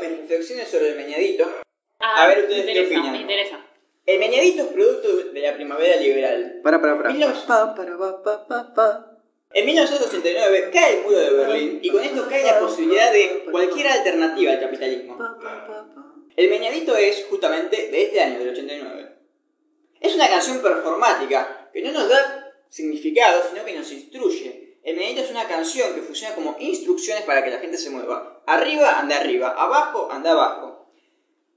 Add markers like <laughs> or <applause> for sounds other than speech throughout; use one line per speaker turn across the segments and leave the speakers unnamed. reflexiones sobre el meñadito.
Ah,
A ver, ustedes
me
qué
interesa,
opinan.
Me interesa.
El meñadito es producto de la primavera liberal.
Para, para, para.
Mil nove-
Pa, para, pa, pa, pa, pa.
En 1989 cae el muro de Berlín y con esto cae la posibilidad de cualquier alternativa al capitalismo.
Pa, pa, pa, pa.
El meñadito es justamente de este año, del 89. Es una canción performática que no nos da significado, sino que nos instruye. El meñadito es una canción que funciona como instrucciones para que la gente se mueva. Arriba, anda arriba. Abajo, anda abajo.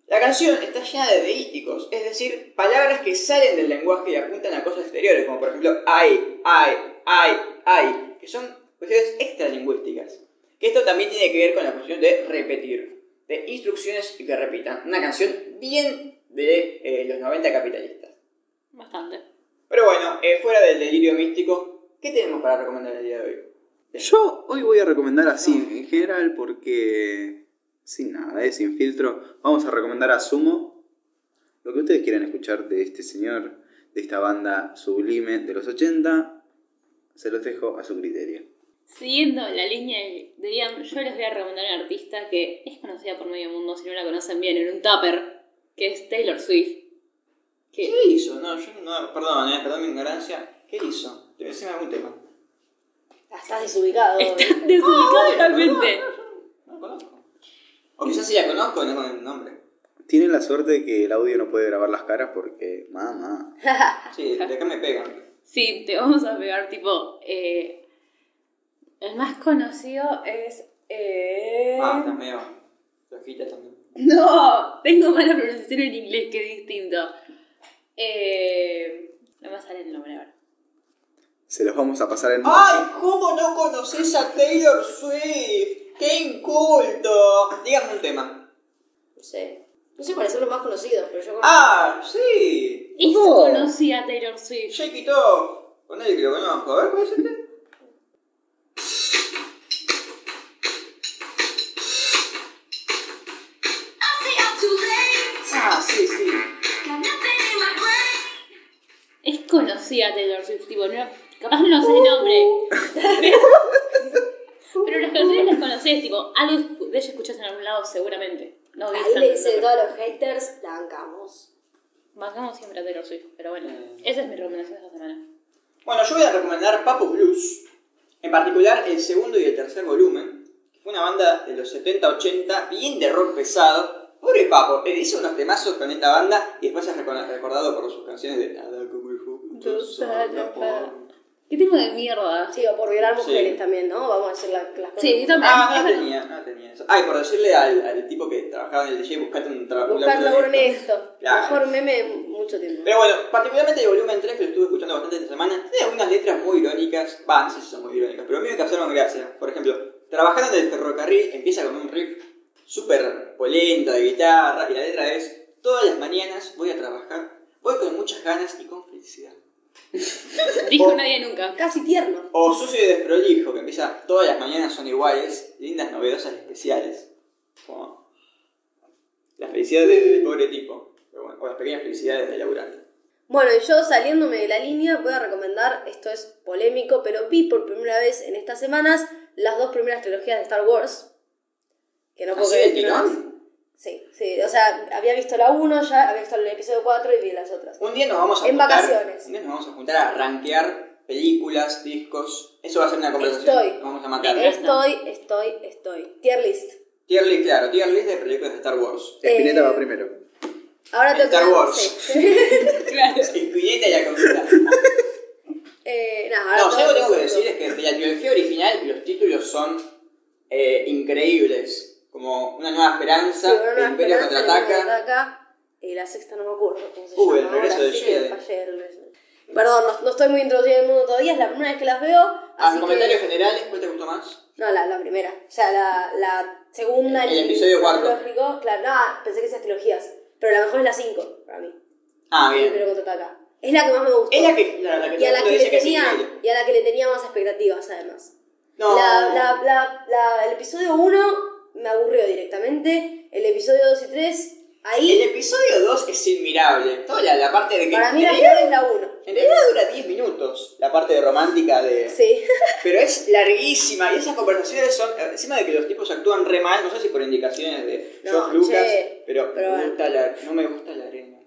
La canción está llena de deíticos, es decir, palabras que salen del lenguaje y apuntan a cosas exteriores, como por ejemplo ay, ay, ay, ay, que son cuestiones extralingüísticas. Que esto también tiene que ver con la cuestión de repetir, de instrucciones y que repitan. Una canción bien de eh, los 90 capitalistas.
Bastante.
Pero bueno, eh, fuera del delirio místico, ¿qué tenemos para recomendar el día de hoy?
Yo hoy voy a recomendar así en general porque sin nada, eh, sin filtro, vamos a recomendar a Sumo lo que ustedes quieran escuchar de este señor, de esta banda sublime de los 80, se los dejo a su criterio.
Siguiendo la línea de de Ian, yo les voy a recomendar a una artista que es conocida por medio mundo, si no la conocen bien, en un tupper, que es Taylor Swift.
¿Qué
Que
hizo? No, yo no, perdón, eh, perdón mi ignorancia. ¿Qué hizo? Te decime algún tema.
Estás desubicado.
<laughs>
está desubicada totalmente.
No la conozco. O quizás sí la conozco, no con el nombre.
Tiene la suerte de que el audio no puede grabar las caras porque, mamá,
Sí, de acá me pegan.
Sí, te vamos a pegar tipo... eh, el más conocido es... eh,
Ah, estás medio flojita también.
No, tengo mala pronunciación en inglés, que es distinto. Eh, no me sale el nombre ahora.
se los vamos a pasar en...
¡Ay! ¿Cómo no conoces a Taylor Swift? ¡Qué inculto! Dígame un tema.
No sé. No sé cuáles son los más conocidos, pero yo conozco.
¡Ah! ¡Sí!
Es
Oh.
conocida Taylor Swift.
Shake it off. Con nadie que lo conozco. A ver, ¿cuál es este? Ah, sí, sí.
Es conocida Taylor Swift, tipo, no, capaz no sé el
<laughs>
nombre. Pero las canciones las conoces, tipo, algo de ella escuchas en algún lado seguramente. No
Ahí le dicen todos los haters, la bancamos.
Bajamos siempre a Taylor Swift, pero bueno, esa es mi recomendación de esta semana.
Bueno, yo voy a recomendar Papo Blues, en particular el segundo y el tercer volumen, que fue una banda de los 70-80, bien de rock pesado. Pobre Papo, eh, hizo unos temazos con esta banda y después es recono- recordado por sus canciones de Nada como el
Yo
juego.
soy la pa-
¿Qué tipo de mierda?
Sí, o por violar mujeres
Sí.
también, ¿no? Vamos a decir la- las cosas.
Sí, yo también.
Ah,
es
no
verdad.
tenía, no tenía eso. Ay, por decirle al, al tipo que trabajaba en el DJ, buscate un trabajo.
Buscar laburo en esto.
Claro.
Mejor meme en mucho tiempo.
Pero bueno, particularmente el volumen 3 que lo estuve escuchando bastante esta semana, tiene algunas letras muy irónicas, va, no sé si son muy irónicas, pero a mí me causaron gracia. Por ejemplo, trabajando en el ferrocarril empieza con un riff súper polenta de guitarra y la letra es, todas las mañanas voy a trabajar, voy con muchas ganas y con felicidad.
Dijo nadie nunca.
Casi tierno.
O sucio y desprolijo, que empieza, todas las mañanas son iguales, lindas, novedosas, especiales. Como la felicidad de- del pobre tipo, pero bueno, o las pequeñas felicidades del laburante.
Bueno, y yo saliéndome de la línea voy a recomendar, esto es polémico, pero vi por primera vez en estas semanas las dos primeras trilogías de Star Wars. Que no puedo
¿Así de
creer que no
tirón?
las- Sí, sí, o sea, había visto la 1 ya, había visto el episodio 4 y vi las otras.
Un día nos vamos a
En
juntar.
vacaciones.
Un día nos vamos a juntar a rankear películas, discos. Eso va a ser una conversación.
Estoy.
Nos Vamos a matar.
Eh,
Estoy, estoy, estoy. Tier list.
Tier list, claro, tier list de películas de Star
<laughs>
Wars.
Espineta
eh,
va primero.
Ahora tengo
Star
que...
Wars.
Sí. <laughs>
Claro.
Espineta y la conquista.
eh, nada, ahora
No, yo lo que
todo-
tengo que decir es que de la trilogía original los títulos son eh, increíbles. Como Una Nueva
Sí,
Esperanza,
bueno, una
El Imperio
esperanza, el
contraataca.
Imperio contraataca, Y la sexta no me acuerdo cómo se
Uh,
llama.
el regreso
ahora
del
sí que
Jedi.
fallé el regreso. Perdón, no, no estoy muy introducida en el mundo todavía, es la primera vez que las veo.
Ah,
así
comentarios
que...
generales, ¿cuál te gustó más?
No, la, la primera. O sea, la, la segunda.
El episodio cuatro.
cronológico, Claro, no, pensé que esas trilogías. Pero la mejor es la 5, para mí.
Ah,
El
bien.
Imperio contraataca. Es la que más me gustó.
Es la que, la, la que
y,
todo
a
el
la
mundo
que le
dice que es
tenía,
increíble.
y a la que le tenía más expectativas, además.
No,
La- la- la- la- el episodio 1 me aburrió directamente. El episodio 2 y 3, ahí.
el episodio 2 es inmirable. Toda la, la parte de que.
Para mí la
en
peor es la 1.
En realidad dura 10 minutos la parte romántica de...
Sí. <laughs>
Pero es larguísima y esas conversaciones son... Encima de que los tipos actúan re mal, no sé si por indicaciones de
No,
George Lucas,
che,
pero,
pero
me
bueno.
gusta la- no me gusta la arena.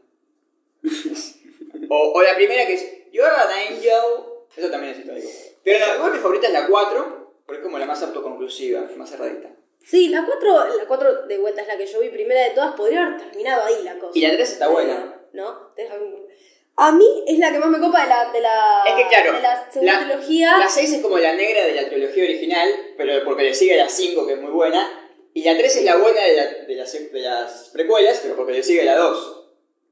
o, o la primera que es You're an Angel. Eso también es histórico. Pero no, igual mi favorita es la 4, porque es como la más autoconclusiva, más cerradita.
Sí, la 4, la cuatro de vuelta es la que yo vi primera de todas, podría haber terminado ahí la cosa.
Y la 3 está buena.
¿No? Déjame- A mí es la que más me copa de la, de la,
Es que claro,
de la segunda
la-
trilogía.
La 6 es como la negra de la trilogía original, pero porque le sigue la 5, que es muy buena. Y la 3 es la buena de, la- de las, de las precuelas, pero porque le sigue la 2.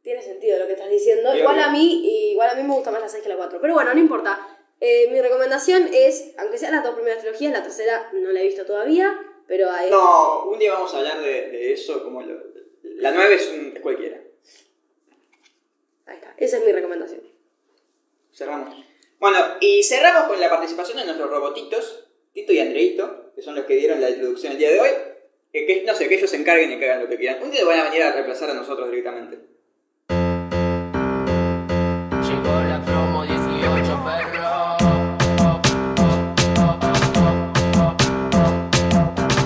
Tiene sentido lo que estás diciendo.
Bien.
Igual a mí, igual a mí me gusta más la 6 que la 4. Pero bueno, no importa. Eh, mi recomendación es, aunque sean las dos primeras trilogías, la tercera no la he visto todavía, pero ahí.
No, un día vamos a hablar de, de eso, como lo- la 9 es, un, es cualquiera.
Ahí está. Esa es mi recomendación.
Cerramos. Bueno, y cerramos con la participación de nuestros robotitos, Tito y Andreito, que son los que dieron la introducción el día de hoy. Eh, que, no sé, que ellos se encarguen y que hagan lo que quieran. Un día van a venir a reemplazar a nosotros directamente.
Llegó la promo 18 perro.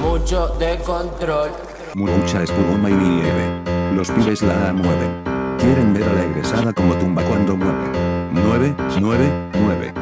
Mucho de control.
Mucha espuma y nieve. Los pibes la mueven. Quieren ver a la egresada como tumba cuando mueve. 9, 9, 9.